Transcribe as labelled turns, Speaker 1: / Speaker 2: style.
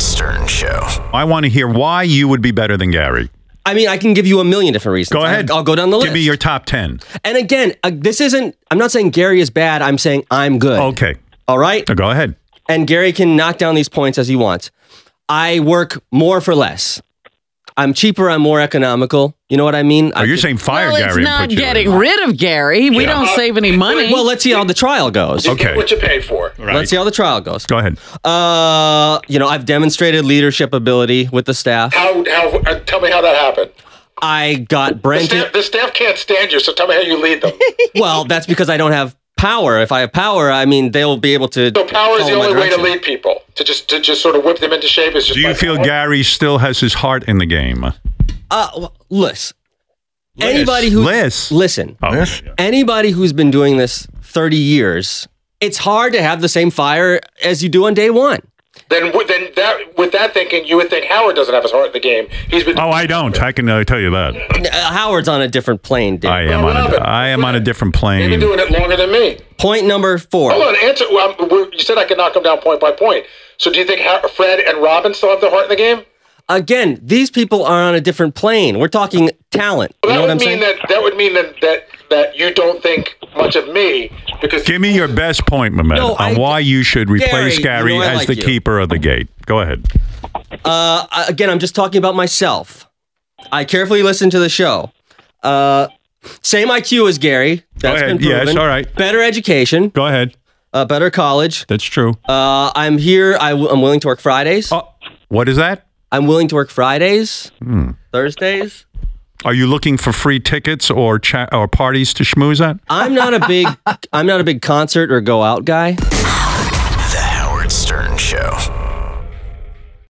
Speaker 1: Show.
Speaker 2: I want to hear why you would be better than Gary.
Speaker 3: I mean, I can give you a million different reasons.
Speaker 2: Go
Speaker 3: I-
Speaker 2: ahead.
Speaker 3: I'll, go down the list.
Speaker 2: Give me your top 10.
Speaker 3: and again, uh, this isn't. I'm not saying Gary is bad. I'm saying I'm good.
Speaker 2: Okay.
Speaker 3: All right.
Speaker 2: Now go ahead.
Speaker 3: And Gary can knock down these points as he wants. I work more for less. I'm cheaper. I'm more economical. You know what I mean?
Speaker 2: Oh,
Speaker 3: I
Speaker 2: you're
Speaker 3: could-
Speaker 2: saying fire
Speaker 4: well,
Speaker 2: Gary.
Speaker 4: it's
Speaker 2: and
Speaker 4: not
Speaker 2: put you in.
Speaker 4: getting rid of Gary. We
Speaker 2: Yeah.
Speaker 4: don't save any money.
Speaker 3: Well, let's see how the trial goes.
Speaker 5: You
Speaker 2: Okay.
Speaker 5: get what you pay for.
Speaker 2: Right.
Speaker 3: Let's see how the trial goes.
Speaker 2: Go ahead.
Speaker 3: Uh, you know, I've demonstrated leadership ability with the staff.
Speaker 5: How? How? Uh, tell me how that happened.
Speaker 3: I got
Speaker 5: The
Speaker 3: Brent.
Speaker 5: staff, the staff can't stand you, so tell me how you lead them.
Speaker 3: well, that's because I don't have power. If I have power, I mean, they'll be able to.
Speaker 5: So power is the
Speaker 3: follow my
Speaker 5: only way to
Speaker 3: direction.
Speaker 5: lead people. To just to just sort of whip them into shape is just.
Speaker 2: Do you
Speaker 5: by
Speaker 2: feel
Speaker 5: power.
Speaker 2: Gary still has his heart in the game?
Speaker 3: Uh, w- listen. Anybody who
Speaker 2: Liz.
Speaker 3: listen,
Speaker 2: Oh,
Speaker 1: Yes.
Speaker 2: yeah, yeah.
Speaker 3: anybody who's been doing this 30 years, it's hard to have the same fire as you do on day one.
Speaker 5: Then would- then that with that thinking, you would think Howard doesn't have his heart in the game. He's been.
Speaker 2: Oh, I don't. I can uh, tell you that.
Speaker 3: Uh, Howard's on a different plane, dude.
Speaker 2: I am on a,
Speaker 5: Robin.
Speaker 2: I am on a different
Speaker 5: They've been
Speaker 2: plane.
Speaker 5: doing it longer than me.
Speaker 3: Point number four.
Speaker 5: Hold on, answer. Well, I'm- we're- you said I could knock them down point by point. So do you think How- Fred and Robin still have their heart in the game?
Speaker 3: Again, these people are on a different plane. We're talking talent. You
Speaker 5: Well, that
Speaker 3: know what
Speaker 5: would
Speaker 3: I'm
Speaker 5: mean
Speaker 3: saying?
Speaker 5: that that would mean that, that that you don't think much of me because
Speaker 2: Give me your best point, Mehmet,
Speaker 3: No, I-
Speaker 2: on why you should replace
Speaker 3: Gary,
Speaker 2: Gary,
Speaker 3: you know I
Speaker 2: as
Speaker 3: like
Speaker 2: the
Speaker 3: you.
Speaker 2: keeper of the gate. Go ahead.
Speaker 3: Uh, I- again, I'm just talking about myself. I carefully listen to the show. Uh, same IQ as Gary. That's
Speaker 2: ahead.
Speaker 3: been proven.
Speaker 2: Yes, all right.
Speaker 3: Better education,
Speaker 2: Go ahead.
Speaker 3: uh, better college.
Speaker 2: That's true.
Speaker 3: Uh, I'm here. I w- I'm willing to work Fridays.
Speaker 2: Oh, what is that?
Speaker 3: I'm willing to work Fridays, Thursdays.
Speaker 2: Are you looking for free tickets or cha- or parties to schmooze at?
Speaker 3: I'm not a big I'm not a big concert or go out guy.
Speaker 1: The Howard Stern Show.